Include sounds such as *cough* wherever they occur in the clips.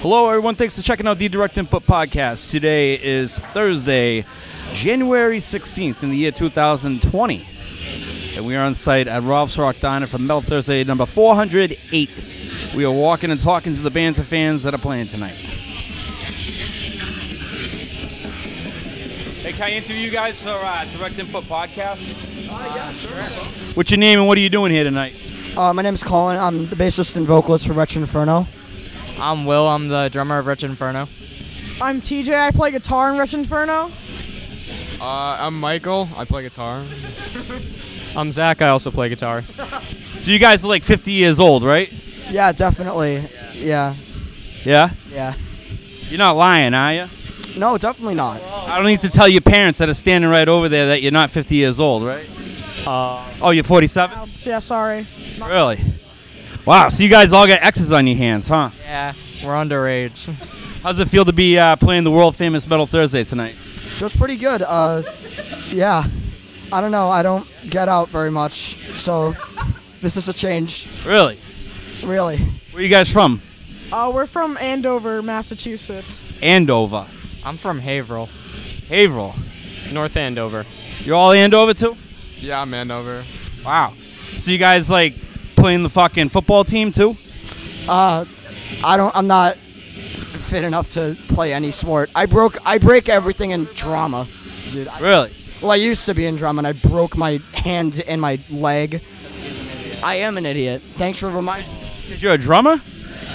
Hello, everyone. Thanks for checking out the Direct Input Podcast. Today is Thursday, January 16th in the year 2020. And we are on site at Rob's Rock Diner for Metal Thursday number 408. We are walking and talking to the bands and fans that are playing tonight. Hey, can I interview you guys for uh, Direct Input Podcast? What's your name and what are you doing here tonight? Uh, my name's Colin. I'm the bassist and vocalist for Wretched Inferno. I'm Will. I'm the drummer of Rich Inferno. I'm TJ. I play guitar in Rush Inferno. Uh, I'm Michael. I play guitar. *laughs* I'm Zach. I also play guitar. So, you guys are like 50 years old, right? Yeah, definitely. Yeah, Yeah? yeah. You're not lying, are you? No, definitely not. I don't need to tell your parents that are standing right over there that you're not 50 years old, right? Uh, Oh, you're 47? Oh, yeah, sorry. Really? Wow, so you guys all got X's on your hands, huh? yeah, we're underage. *laughs* How's it feel to be uh, playing the world famous Metal Thursday tonight? Feels pretty good. Uh, yeah. I don't know. I don't get out very much, so this is a change, Really? really. Where you guys from? Uh, we're from Andover, Massachusetts. Andover. I'm from Haverhill, Haverhill. North Andover. You're all Andover too? Yeah, I'm Andover. Wow. So you guys like playing the fucking football team too? Uh, I don't. I'm not fit enough to play any sport. I broke. I break everything in drama, dude. I, Really? well, I used to be in drama, and I broke my hand and my leg. I am an idiot. Thanks for reminding. Cause you're a drummer?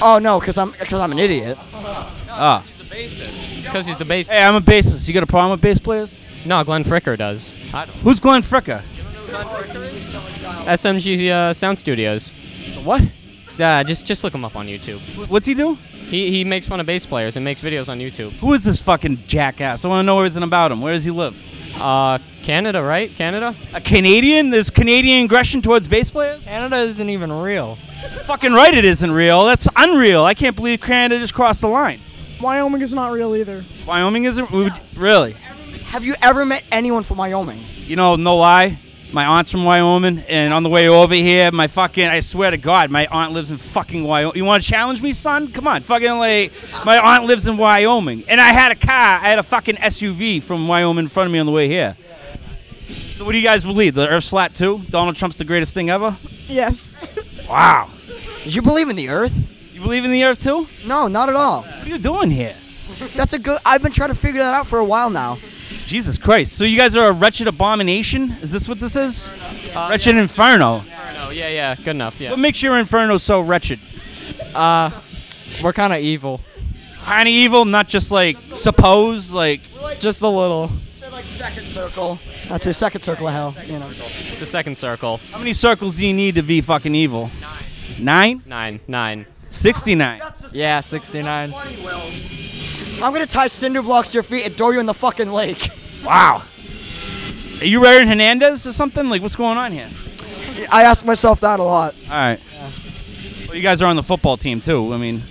Oh no, because I'm because I'm an idiot. Ah. It's because he's the bass. Hey, I'm a bassist. You got a problem with bass players? No, Glenn Fricker does. Who's Glenn Fricka? SMG uh, Sound Studios. What? Uh, just just look him up on YouTube. What's he do? He he makes fun of bass players and makes videos on YouTube. Who is this fucking jackass? I want to know everything about him. Where does he live? Uh, Canada, right? Canada? A Canadian? There's Canadian aggression towards bass players? Canada isn't even real. Fucking right, it isn't real. That's unreal. I can't believe Canada just crossed the line. Wyoming is not real either. Wyoming isn't we- really. Have you ever met anyone from Wyoming? You know, no lie. My aunt's from Wyoming, and on the way over here, my fucking, I swear to God, my aunt lives in fucking Wyoming. You want to challenge me, son? Come on. Fucking, like, my aunt lives in Wyoming. And I had a car, I had a fucking SUV from Wyoming in front of me on the way here. So, what do you guys believe? The Earth Flat, too? Donald Trump's the greatest thing ever? Yes. Wow. Did you believe in the Earth? You believe in the Earth, too? No, not at all. What are you doing here? That's a good. I've been trying to figure that out for a while now. Jesus Christ. So you guys are a wretched abomination? Is this what this is? wretched Inferno. Oh yeah, yeah. Good enough. Yeah. What makes your Inferno so wretched? We're kind of evil. Kind of evil, not just like suppose, like Just a little. Second circle. That's a second circle of hell. You know. It's a second circle. how many circles do you need to be fucking evil? Nine? Nine, nine. Sixty-nine. Yeah, 69. I'm gonna tie cinder blocks to your feet and throw you in the fucking lake. Wow. Are you wearing Hernandez or something? Like what's going on here? *laughs* I ask myself that a lot. Alright. Well you guys are on the football team too. I mean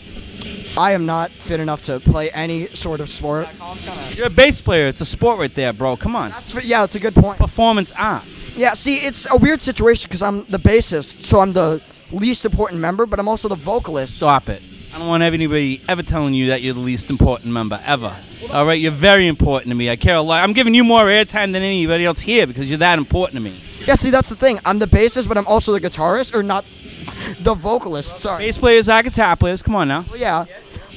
I am not fit enough to play any sort of sport. you're a bass player, it's a sport right there, bro. Come on. That's f- yeah, it's a good point. Performance art. Yeah, see, it's a weird situation because I'm the bassist, so I'm the least important member, but I'm also the vocalist. Stop it. I don't want anybody ever telling you that you're the least important member ever. All right, you're very important to me. I care a lot. I'm giving you more airtime than anybody else here because you're that important to me. Yeah, see, that's the thing. I'm the bassist, but I'm also the guitarist, or not the vocalist. Sorry. Bass players are guitar players. Come on now. Well, yeah.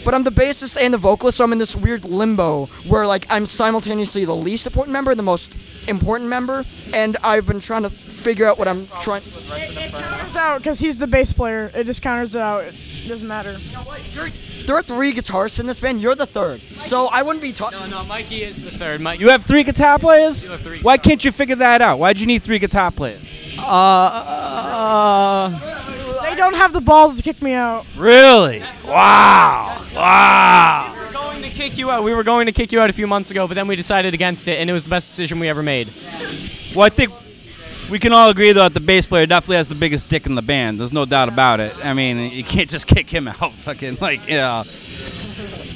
But I'm the bassist and the vocalist, so I'm in this weird limbo where, like, I'm simultaneously the least important member and the most important member, and I've been trying to figure out what I'm trying. It counters out because he's the bass player. It just counters it out. It doesn't matter. There are three guitarists in this band. You're the third, so I wouldn't be talking. Oh, No, Mikey is the third. uh, Mike. You have three guitar players? have three Why guitar can't you figure that out? Why'd you need three guitar players? uh, They don't have the balls to kick me out. Really? Wow. Wow. were going to kick you out. We were going to kick you out a few months ago, but then we decided against it, and it was the best decision we ever made. Well, I think we can all agree, though, that the bass player definitely has the biggest dick in the band. There's no doubt about it. I mean, you can't just *laughs* kick him out. Fucking, like, yeah.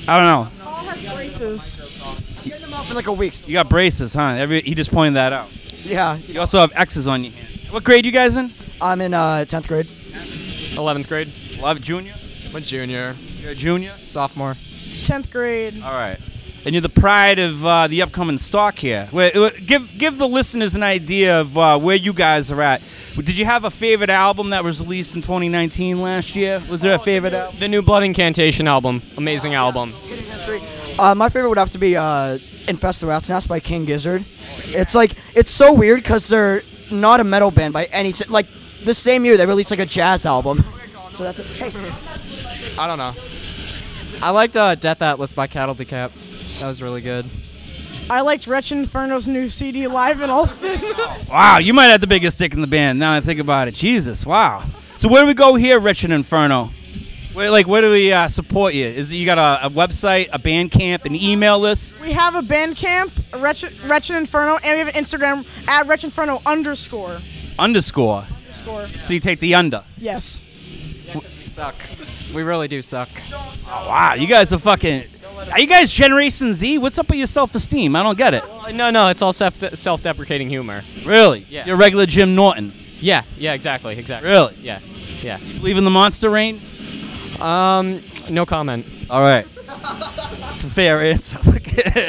I don't know. All has braces. Get them off in like a week. You got braces, huh? Every, he just pointed that out. Yeah, You also have X's on your hand. What grade you guys in? I'm in uh, tenth grade. 11th grade. Love junior. I'm a junior. You're a junior? Sophomore. Tenth grade. All right. And you're the pride of uh, the upcoming stock here. Wait, uh, give give the listeners an idea of uh, where you guys are at. Did you have a favorite album that was released in 2019 last year? Was there a favorite album? Oh, The new Blood Incantation album. Amazing album. Uh, my favorite would have to be uh, Infest the Rat's Nest by King Gizzard. It's like it's so weird because they're not a metal band by any si- like. The same year they released like a jazz album. *laughs* So that's it. Hey, I don't know. I liked uh, Death Atlas by Cattle Decap. That was really good. I liked Wretch Inferno's new CD live in Alston. *laughs* Wow, you might have the biggest dick in the band. Now I think about it, Jesus, wow. So where do we go here, Rich and Inferno? Where, like, where do we uh, support you? Is it, you got a, a website, a band camp, an email list? we have a band camp, Wretched, Wretched Inferno, and we have an Instagram at Wretched Inferno underscore. Underscore. Underscore. So you take the under. Yes. Suck. We really do suck. Wow, you guys are fucking. Are you guys Generation Z? What's up with your self-esteem? I don't get it. Uh, No, no, it's all self- self-deprecating humor. Really? Yeah. You're regular Jim Norton. Yeah, yeah, exactly, exactly. Really? Yeah, yeah. You believe in the monster rain? Um, no comment. All *laughs* right. It's a fair answer. *laughs*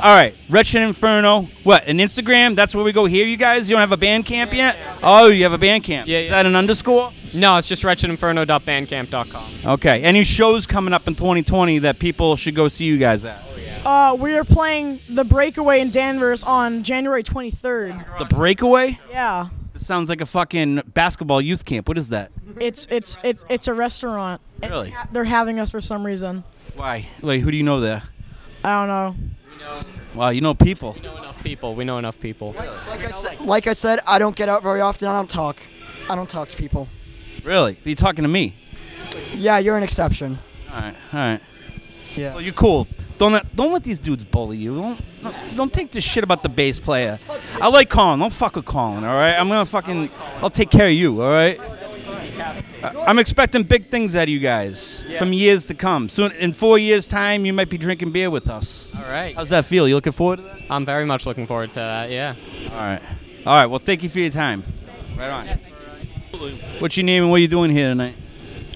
All right, Wretched Inferno. What, an Instagram? That's where we go here, you guys? You don't have a band camp yet? Oh, you have a band camp. Yeah, Is yeah. that an underscore? No, it's just wretchedinferno.bandcamp.com. Okay. Any shows coming up in 2020 that people should go see you guys at? Uh, we are playing The Breakaway in Danvers on January 23rd. The Breakaway? Yeah. This sounds like a fucking basketball youth camp. What is that? It's it's it's it's a restaurant. And Really? They're having us for some reason. Why? Like, who do you know there? I don't know. Wow, you know people. We know enough people. We know enough people. like, I said, like I said, I don't get out very often. I don't talk. I don't talk to people. Really? Are you talking to me? Yeah, you're an exception. All right, all right. Yeah. Well, you're Oh, cool. Don't let, don't let these dudes bully you. Don't, don't- don't take this shit about the bass player. I like Colin. Don't fuck with Colin. All right. I'm gonna fucking. I'll take care of you. All right. I- I'm expecting big things out of you guys from years to come. Soon, in four years' time, you might be drinking beer with us. All right. How's that feel? You looking forward to that? I'm very much looking forward to that, yeah. All right. All right. Well, thank you for your time. Right on. What's your name and what are you doing here tonight?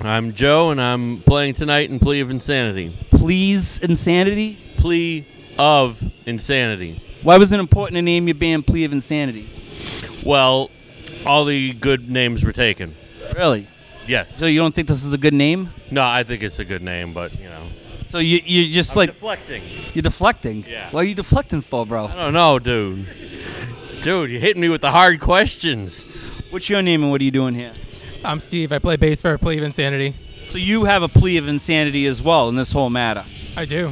I'm Joe, and I'm playing tonight in Plea of Insanity. Please, insanity. Plea of Insanity. Why was it important to name your band Plea of Insanity? Well, all the good names were taken. Really? Yes. So you don't think this is a good name? No, I think it's a good name, but you know, So you you're just I'm like deflecting. you're deflecting. Yeah. Why are you deflecting for, bro? I don't know, *laughs* dude. Dude, you're hitting me with the hard questions. What's your name and what are you doing here? I'm Steve. I play bass for Plea of Insanity. So you have a plea of insanity as well in this whole matter. I do.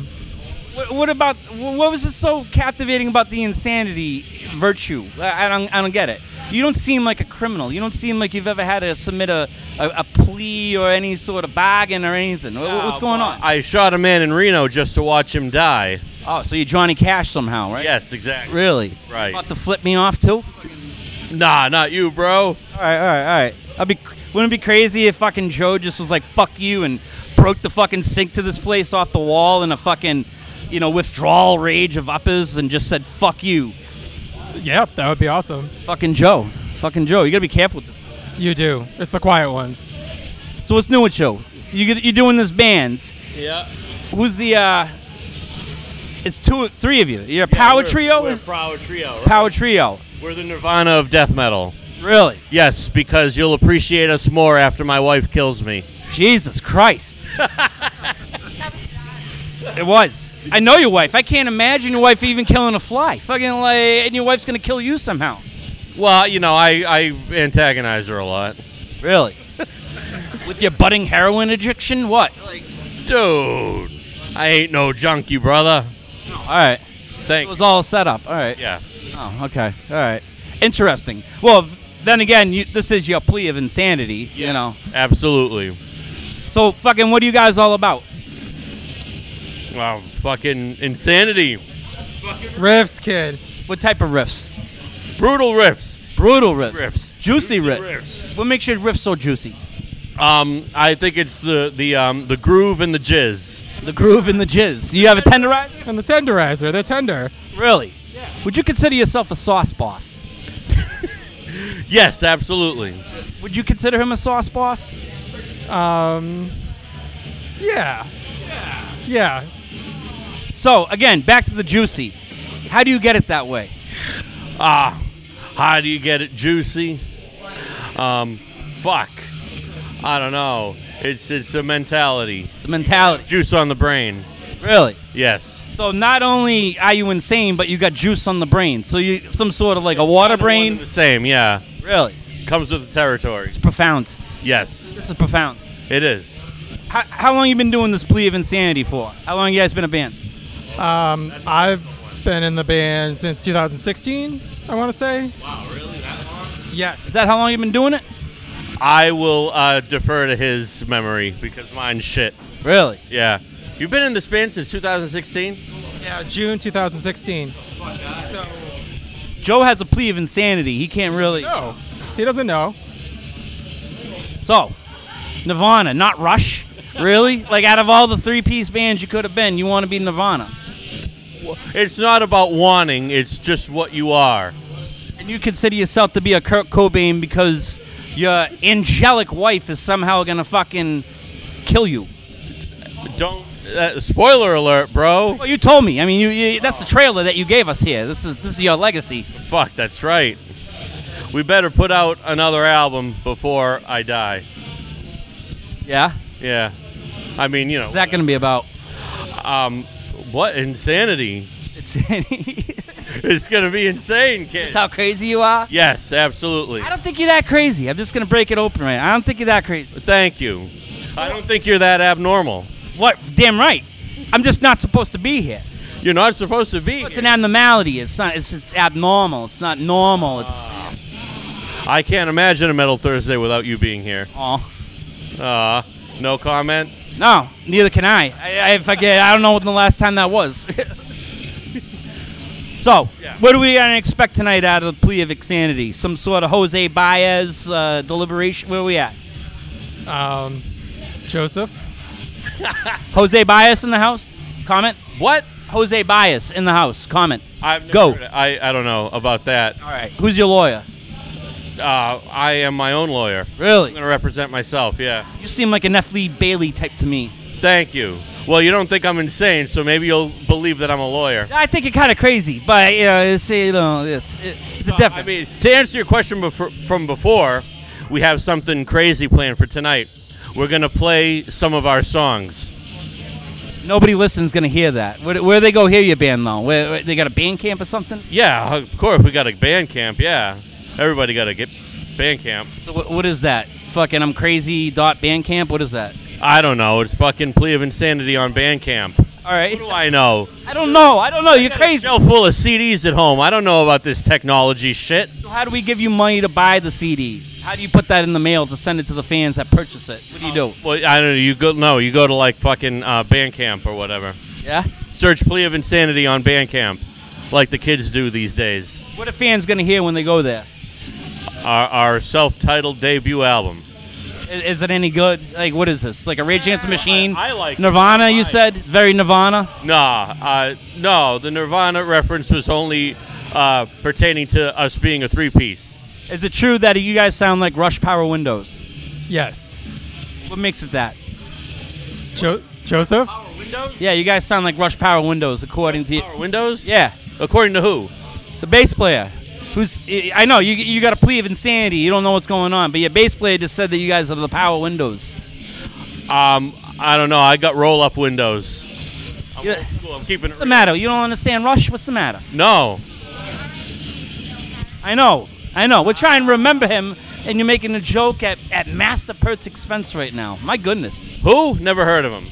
What, what about wh- what was it so captivating about the insanity virtue? I, I don't I don't get it. You don't seem like a criminal. You don't seem like you've ever had to submit a, a, a plea or any sort of bargain or anything. Wh- wh- What's going on? I shot a man in Reno just to watch him die. Oh, so you're Johnny Cash somehow, right? Yes, exactly. Really? Right. About to flip me off too? Nah, not you, bro. All right, all right, all right. I'd be wouldn't it be crazy if fucking Joe just was like fuck you and broke the fucking sink to this place off the wall in a fucking you know withdrawal rage of uppers and just said fuck you, Yep, that would be awesome. fucking Joe, fucking Joe. You gotta be careful with this. You do. It's the quiet ones. So what's new with Joe? You get- you doing this bands? Yeah. Who's the? uh It's two, three of you. You're a power trio. We're Is power trio. Right? power trio? We're the Nirvana of death metal. Really? Yes, because you'll appreciate us more after my wife kills me. Jesus Christ. it was. I know your wife. I can't imagine your wife even killing a fly. Fucking like, and your wife's gonna kill you somehow. Well, you know, I, I antagonize her a lot. Really? With your budding heroin addiction? What? Dude, I ain't no junkie, brother. All right. It Thanks. was all set up. All right. Yeah. Oh, okay. All right. Interesting. Well, then again, you, this is your plea of insanity. You know. Absolutely. So fucking, what are you guys all about? Wow, fucking insanity. Riffs, kid. What type of riffs? Brutal riffs. Brutal riffs. Riffs. Juicy, riff. Riffs. What makes your riff so juicy? Um, I think it's the the um, the groove and the jizz. The groove and the jizz. You have a tenderizer? And the tenderizer. They're tender. Really? Would you consider yourself a sauce boss? Yes, absolutely. Would you consider him a sauce boss? Um, Yeah. Yeah. So again, back to the juicy. How do you get it that way? Ah, how do you get it juicy? Um, fuck. I don't know. It's it's a mentality. The mentality, Juice on the brain. really. Yes. So not only are you insane, but you got juice on the brain. So you some sort of like a water brain. The same. Yeah. Really, Comes with the territory. it's profound. Yes. This is profound. It is. How, how long you been doing this plea of insanity for? How long you guys been a band? Um, I've been in the band since 2016, I want to say. Wow, really? That long? Is that how long you been doing it? I will uh, defer to his memory because mine's shit. Really? Yeah. You've been in this band since 2016. Yeah. Yeah, June 2016. Joe has a plea of insanity. He can't really. No. He doesn't know. So, Nirvana, not Rush. Really? like out of all the three-piece bands you could have been, you want to be Nirvana, It's not about wanting. It's just what you are. and you consider yourself to be a Kurt Cobain because your angelic wife is somehow gonna fucking kill you. Don't. Uh, spoiler alert, bro. Well, you told me. I mean, you, you, that's the trailer that you gave us here. This is this is your legacy. Fuck, that's right. We better put out another album before I die. Yeah. Yeah. I mean, you know, What's that gonna be about? um, what insanity? It's *laughs* It's gonna be insane, kid. just how crazy you are. Yes, absolutely. I don't think you're that crazy. I'm just gonna break it open right. now. I don't think you're that crazy. Thank you. I don't think you're that abnormal. What? Damn right. I'm just not supposed to be here. You're not supposed to be. It's an abnormality. It's not. It's, it's abnormal. It's not normal. It's I can't imagine a Metal Thursday without you being here. oh Uh, no comment. no. Neither can I. I, I if I get, I don't know when the last time that was. *laughs* so, what do we gonna expect tonight out of the plea of insanity? Some sort of Jose Baez uh, deliberation? Where are we at? Um, Joseph. Jose Baez in the house? Comment. What? Jose Baez in the house. Comment. I've never Go. heard it. I I don't know about that. All right. Who's your lawyer? Uh, I am my own lawyer. I'm Really? gonna represent myself. Yeah. You seem like a Nephi Bailey type to me. Thank you. Well, you don't think I'm insane, so maybe you'll believe that I'm a lawyer. I think you're kind of crazy, but you know, it's you know, it's it, it's a different. I mean, to answer your question before, from before, we have something crazy planned for tonight. We're gonna play some of our songs. Nobody listens gonna hear that. Where, where they go hear your band though? Where, where- they got a band camp or something? Yeah, of course we got a band camp. Yeah, everybody got to get band camp. So what, what is that? Fucking I'm crazy dot band camp. What is that? I don't know. It's fucking plea of insanity on band camp. All right. What do I know? I don't know. I don't know. You're Got a crazy. shelf full of CDs at home. I don't know about this technology shit. So how do we give you money to buy the CD? How do you put that in the mail to send it to the fans that purchase it? What do you do? Well, I don't know. You go no. You go to like fucking uh, Bandcamp or whatever. Yeah. Search plea of insanity on Bandcamp, like the kids do these days. What are fans gonna hear when they go there? Our, our self-titled debut album. I- Is, it any good? Like what is this? Like a Rage Against the Machine? I like it. Nirvana. I You like said It's very Nirvana. Nah, uh, no. The Nirvana reference was only uh, pertaining to us being a three-piece. Is it true that you guys sound like Rush Power Windows? Yes. What makes it that? Jo- Joseph? Yeah, you guys sound like Rush Power Windows, according to you. Our windows. Yeah, According to who? the bass player. Who's I know you you got a plea of insanity. You don't know what's going on, but your bass player just said that you guys are the Power Windows. Um, I don't know. I got roll-up windows. Yeah. Cool, I'm keeping it. What's the matter? You don't understand Rush? What's the matter? No, I know, I know. We're trying to remember him, and you're making a joke at at Master Pert's expense right now. My goodness. who? Never heard of him.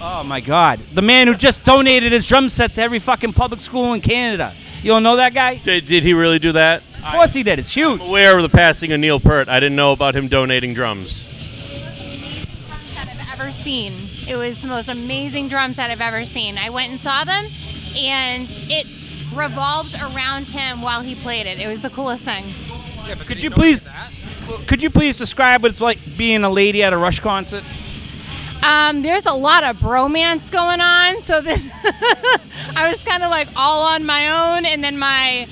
Oh my God. The man who just donated his drum set to every fucking public school in Canada. You don't know that guy? Did, did he really do that? Of course he did. It's huge. aware of the passing of Neil Peart. I didn't know about him donating drums. set I've ever seen. It was the most amazing drum set I've ever seen. I went and saw them, and it revolved around him while he played it. It was the coolest thing. Could you please, could you please describe what it's like being a lady at a Rush concert? Um, there's a lot of bromance going on, so this *laughs* I was kind of like all on my own, and then my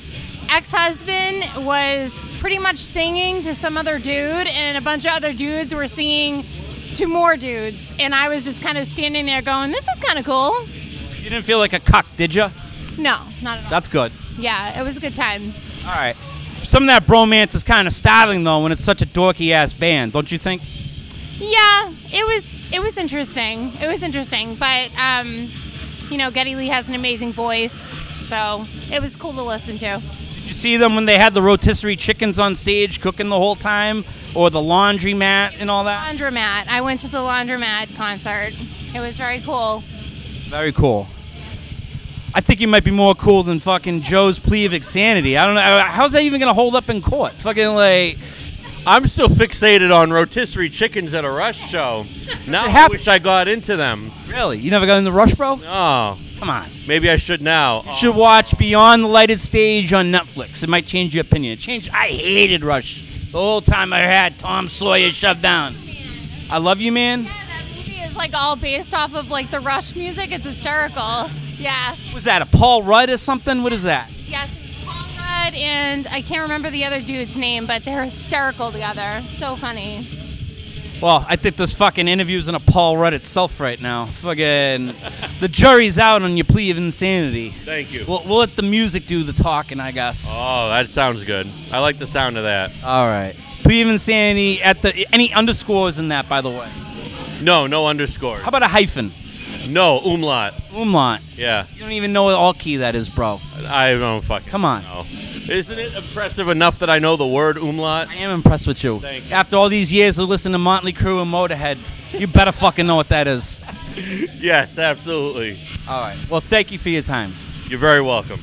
ex-husband was pretty much singing to some other dude, and a bunch of other dudes were singing to more dudes, and I was just kind of standing there going, "This is kind of cool." You didn't feel like a cuck, did you? No, not at all. That's good. Yeah, it was a good time. All right. Some of that bromance is kind of startling though when it's such a dorky ass band, don't you think? Yeah, it was it was interesting. It was interesting, but um, you know, Getty Lee has an amazing voice, so it was cool to listen to. Did you see them when they had the rotisserie chickens on stage cooking the whole time, or the laundry mat and all that? Laundromat. I went to the Laundromat concert. It was very cool. Very cool. I think you might be more cool than fucking Joe's plea of insanity. I don't know uh, how's that even gonna hold up in court. Fucking like I'm still fixated on rotisserie chickens at a Rush show. *laughs* Now I happened. wish I got into them. really, you never got in the rush, bro? Oh, Come on. maybe I should now. You should watch Beyond the Lighted Stage on Netflix. It might change your opinion. It changed. I hated Rush the whole time I had Tom Sawyer shoved down. I love you, man. Yeah, that movie is like all based off of like the Rush music. It's hysterical. Yeah. Was that a Paul Rudd or something? What is that? Yes. Conrad and I can't remember the other dude's name, but they're hysterical together. So funny. Well, I think this fucking interview's in a Paul Rudd itself right now. *laughs* Fucking, the jury's out on your plea of insanity. Thank you. We'll, we'll let the music do the talking, I guess. Oh, that sounds good. I like the sound of that. All right. Plea of insanity at the any underscores in that, by the way. No, no underscore. How about a hyphen? No umlaut. Umlaut. Yeah, You don't even know what all key that is, bro. I don't fucking. Come on. know. Isn't it impressive enough that I know the word umlaut? I am impressed with you. Thank you. After all these years of listening to Motley Crue and Motorhead, you better fucking know what that is. Yes, absolutely. All right. Well, thank you for your time. You're very welcome.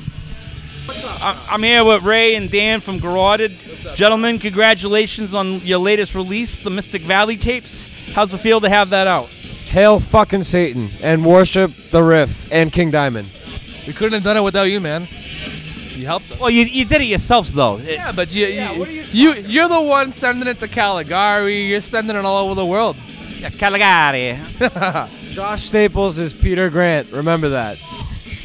I'm I'm here with Ray and Dan from Garroted. Gentlemen, congratulations on your latest release, the Mystic Valley tapes. How's it feel to have that out? Hail fucking Satan and worship the Riff and King Diamond. We couldn't have done it without you, man. You helped us. Well, you, you did it yourselves, though. It- Yeah, but you, you, you are the one sending it to Caligari. You're sending it all over the world. Caligari. Josh Staples is Peter Grant. Remember that.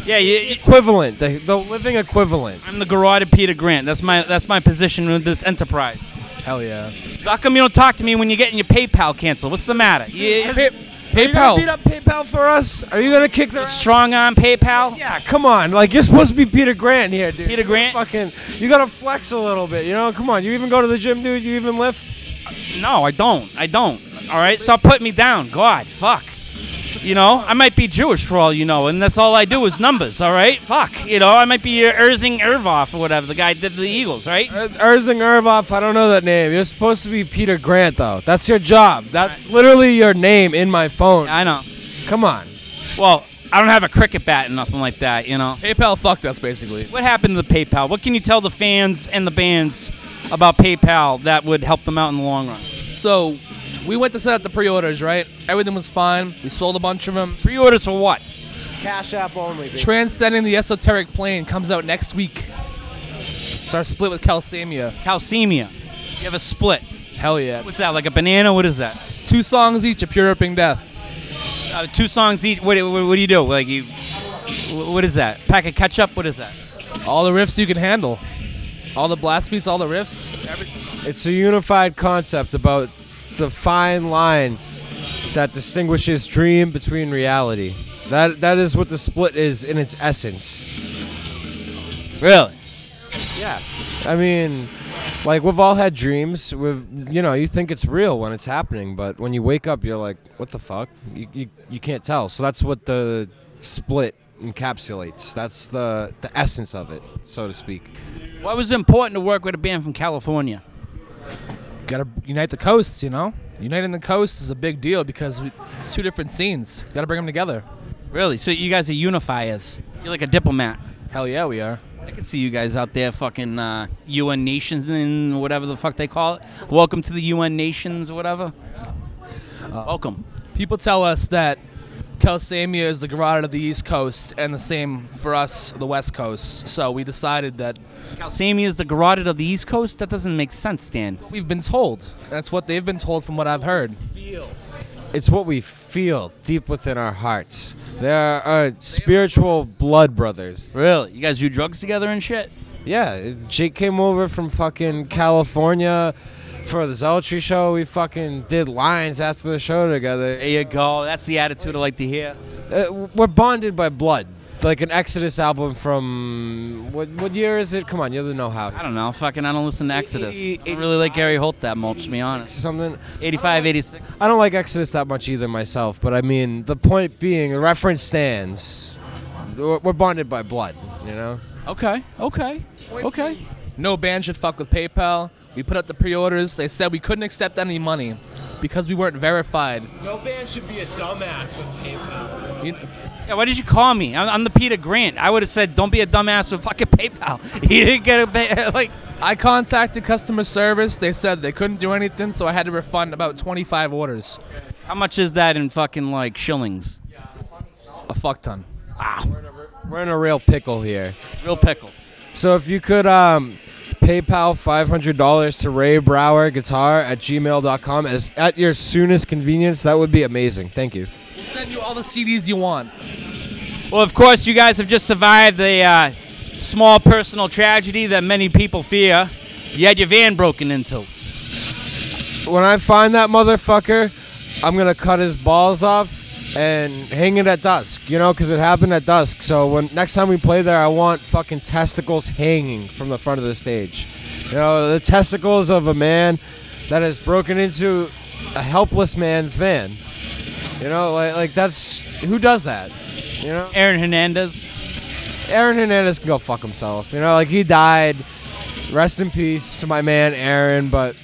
Yeah, you, you- Equivalent, the, the living equivalent. I'm the Garroted Peter Grant. That's my that's my position with this enterprise. Hell yeah. How come you don't talk to me when you're getting your PayPal canceled? What's the matter? You, Pa- PayPal. Are you gonna beat up PayPal for us? Are you gonna kick their ass? strong on PayPal? Yeah, come on. Like you're supposed to be Peter Grant here, dude. Peter You Grant? Fucking, you gotta flex a little bit. You know, come on. You even go to the gym, dude. You even lift. No, I don't. I don't. All right, stop putting me down. God, fuck. You know, I might be Jewish for all you know, and that's all I do is numbers. All right, fuck. You know, I might be your Erzing Ervoff or whatever the guy did the Eagles. Right? Er- Erzing Ervoff, I don't know that name. You're supposed to be Peter Grant, though. That's your job. That's literally your name in my phone. I know. Come on. Well, I don't have a cricket bat and nothing like that. You know. PayPal fucked us, basically. What happened to the PayPal? What can you tell the fans and the bands about PayPal that would help them out in the long run? So we went to set up the pre-orders, right? Everything was fine. We sold a bunch of them. Pre-orders for what? Cash app only. Transcending the Esoteric Plane comes out next week. It's our split with Calcemia. Calcemia. You have a split. Hell yeah. What's that? Like a banana? What is that? Two songs each of Pure Ripping Death. Uh, two songs each. What, what, what do you do? Like you? wh- What is that? Pack of ketchup? What is that? All the riffs you can handle. All the blast beats, all the riffs. It's a unified concept about the fine line that distinguishes dream between reality. That that is what the split is in its essence. Really? Yeah. I mean, like we've all had dreams. We've you know you think it's real when it's happening, but when you wake up, you're like, what the fuck? You you, you can't tell. So that's what the split encapsulates. That's the the essence of it, so to speak. Why was it important to work with a band from California? Gotta unite the coasts, you know? Uniting the coasts is a big deal because we, it's two different scenes. Gotta bring them together. Really? So you guys are unifiers. You're like a diplomat. Hell yeah, we are. I can see you guys out there, fucking uh, UN nations and whatever the fuck they call it. Welcome to the UN nations, or whatever. Uh, Welcome. People tell us that Kelsamia is the Garada of the East Coast, and the same for us, the West Coast. So we decided that Calcemia is the garroted of the East Coast. That doesn't make sense, Dan. we've been told. That's what they've been told from what I've heard. It's what we feel deep within our hearts. There are spiritual blood brothers. Really? You guys do drugs together and shit? Yeah, Jake came over from fucking California. for the Zealotry show. We fucking did lines after the show together. There you go. That's the attitude I like to hear. Uh, we're bonded by blood. Like an Exodus album from what? What year is it? Come on, you're the know-how. E, I don't know. Fucking, I don't listen to Exodus. I don't really like Gary Holt that much, to be honest. Something. 85, 86. I don't like Exodus that much either myself, but I mean, the point being, the reference stands. We're we're bonded by blood, you know? Okay, okay, okay. No band should fuck with PayPal. We put up the pre-orders. They said we couldn't accept any money because we weren't verified. No band should be a dumbass with PayPal. Yeah, why did you call me? I'm, I'm the Peter Grant. I would have said, don't be a dumbass with fucking PayPal. *laughs* You didn't get a pay- *laughs* like. I contacted customer service. They said they couldn't do anything, so I had to refund about 25 orders. How much is that in fucking like shillings? A fuck ton. We're in a real pickle here. Real pickle. So if you could um, PayPal $500 to Ray Brower Guitar at gmail.com as, at your soonest convenience, that would be amazing. Thank you. We'll send you all the CDs you want. Well, of course, you guys have just survived the uh, small personal tragedy that many people fear. You had your van broken into. When I find that motherfucker, I'm going to cut his balls off and hang it at dusk, you know, because it happened at dusk. So when next time we play there, I want fucking testicles hanging from the front of the stage. You know, the testicles of a man that has broken into a helpless man's van. You know, like like that's who does that? You know, Aaron Hernandez. Aaron Hernandez can go fuck himself. You know, like he died. Rest in peace to my man Aaron, but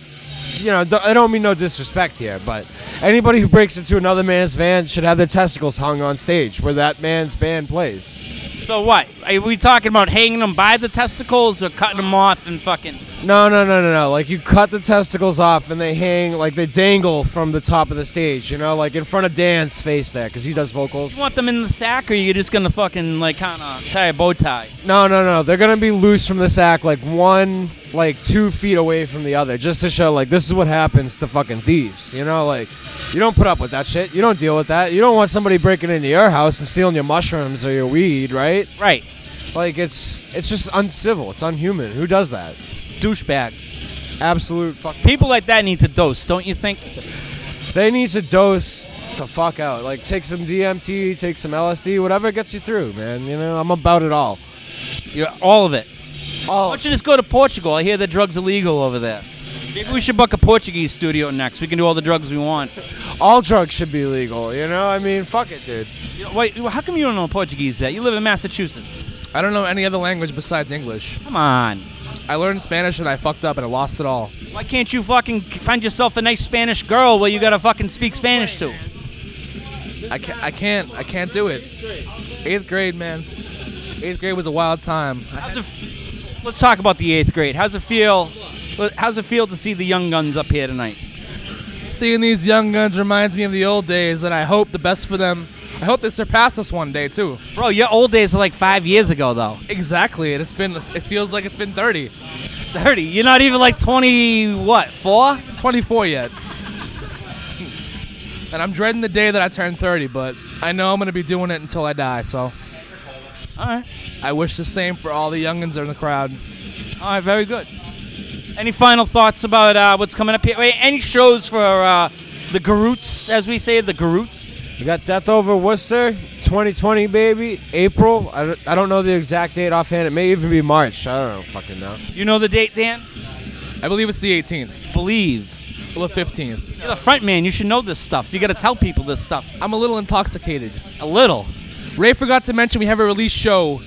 you know, th- I don't mean no disrespect here, but anybody who breaks into another man's van should have their testicles hung on stage where that man's band plays. So what? Are we talking about hanging them by the testicles or cutting them off and fucking? No, no, no, no, no. Like you cut the testicles off and they hang, like they dangle from the top of the stage, you know, like in front of Dan's face there because he does vocals. You want them in the sack, or you just gonna fucking like kind of tie a bow tie? No, no, no. They're gonna be loose from the sack, like one, like two feet away from the other, just to show like this is what happens to fucking thieves. You know, like you don't put up with that shit. You don't deal with that. You don't want somebody breaking into your house and stealing your mushrooms or your weed, right? Right. Like it's it's just uncivil. It's unhuman. Who does that? Douchebag. Absolute fuck. People like that need to dose, don't you think? They need to dose the fuck out. Like take some DMT, take some LSD, whatever gets you through, man. You know, I'm about it all. you all of it. All. Oh, Why don't you just go to Portugal? I hear the drugs illegal over there. Maybe we should book a Portuguese studio next. We can do all the drugs we want. All drugs should be legal, you know? I mean, fuck it, dude. Wait, how come you don't know Portuguese yet? You live in Massachusetts. I don't know any other language besides English. Come on. I learned Spanish and I fucked up and I lost it all. Why can't you fucking find yourself a nice Spanish girl where you gotta fucking speak Spanish to? I can't. I can't. I can't do it. Eighth grade, man. Eighth grade was a wild time. How's it, f- let's talk about the eighth grade. How's it feel? How's it feel to see the young guns up here tonight? Seeing these young guns reminds me of the old days, and I hope the best for them. I hope they surpass us one day too. Bro, your old days are like five years ago, though. Exactly, and it's been. It feels like it's been thirty. 30. You're not even like 20, what, 4? 24 yet. *laughs* And I'm dreading the day that I turn 30, but I know I'm gonna be doing it until I die. So. All right. I wish the same for all the youngins in the crowd. All right, very good. Any final thoughts about uh, what's coming up here? Wait, any shows for uh, the Garoots, as we say, the Garoots? We got Death Over Worcester, 2020, baby. April. I don't, I don't know the exact date offhand. It may even be March. I don't know, fucking know. You know the date, Dan? I believe it's the 18th. Believe. Well, the 15th. You're the front man. You should know this stuff. You got to tell people this stuff. I'm a little intoxicated. A little. Ray forgot to mention we have a release show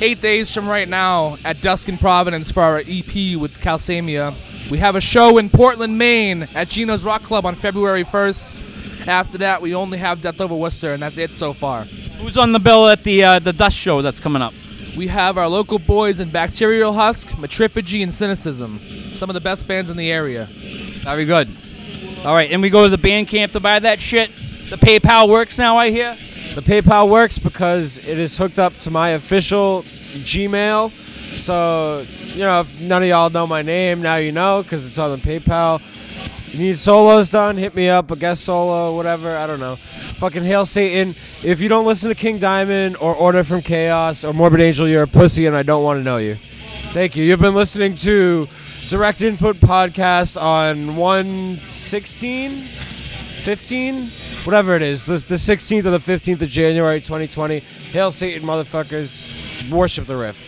eight days from right now at Dusk in Providence for our EP with Calcemia. We have a show in Portland, Maine at Gino's Rock Club on February 1st. After that, we only have Death Over Worcester, and that's it so far. Who's on the bill at the uh, the Dust Show that's coming up? We have our local boys in Bacterial Husk, Matriphagy, and Cynicism. Some of the best bands in the area. Very good. All right, and we go to the band camp to buy that shit. The PayPal works now, I hear. The PayPal works because it is hooked up to my official Gmail. So, you know, if none of y'all know my name, now you know because it's on the PayPal. You need solos done, hit me up, a guest solo, whatever, I don't know. Fucking Hail Satan. If you don't listen to King Diamond or Order from Chaos or Morbid Angel, you're a pussy and I don't want to know you. Thank you. You've been listening to Direct Input podcast on 116, 15, whatever it is, the, the 16th or the 15th of January 2020. Hail Satan, motherfuckers. Worship the riff.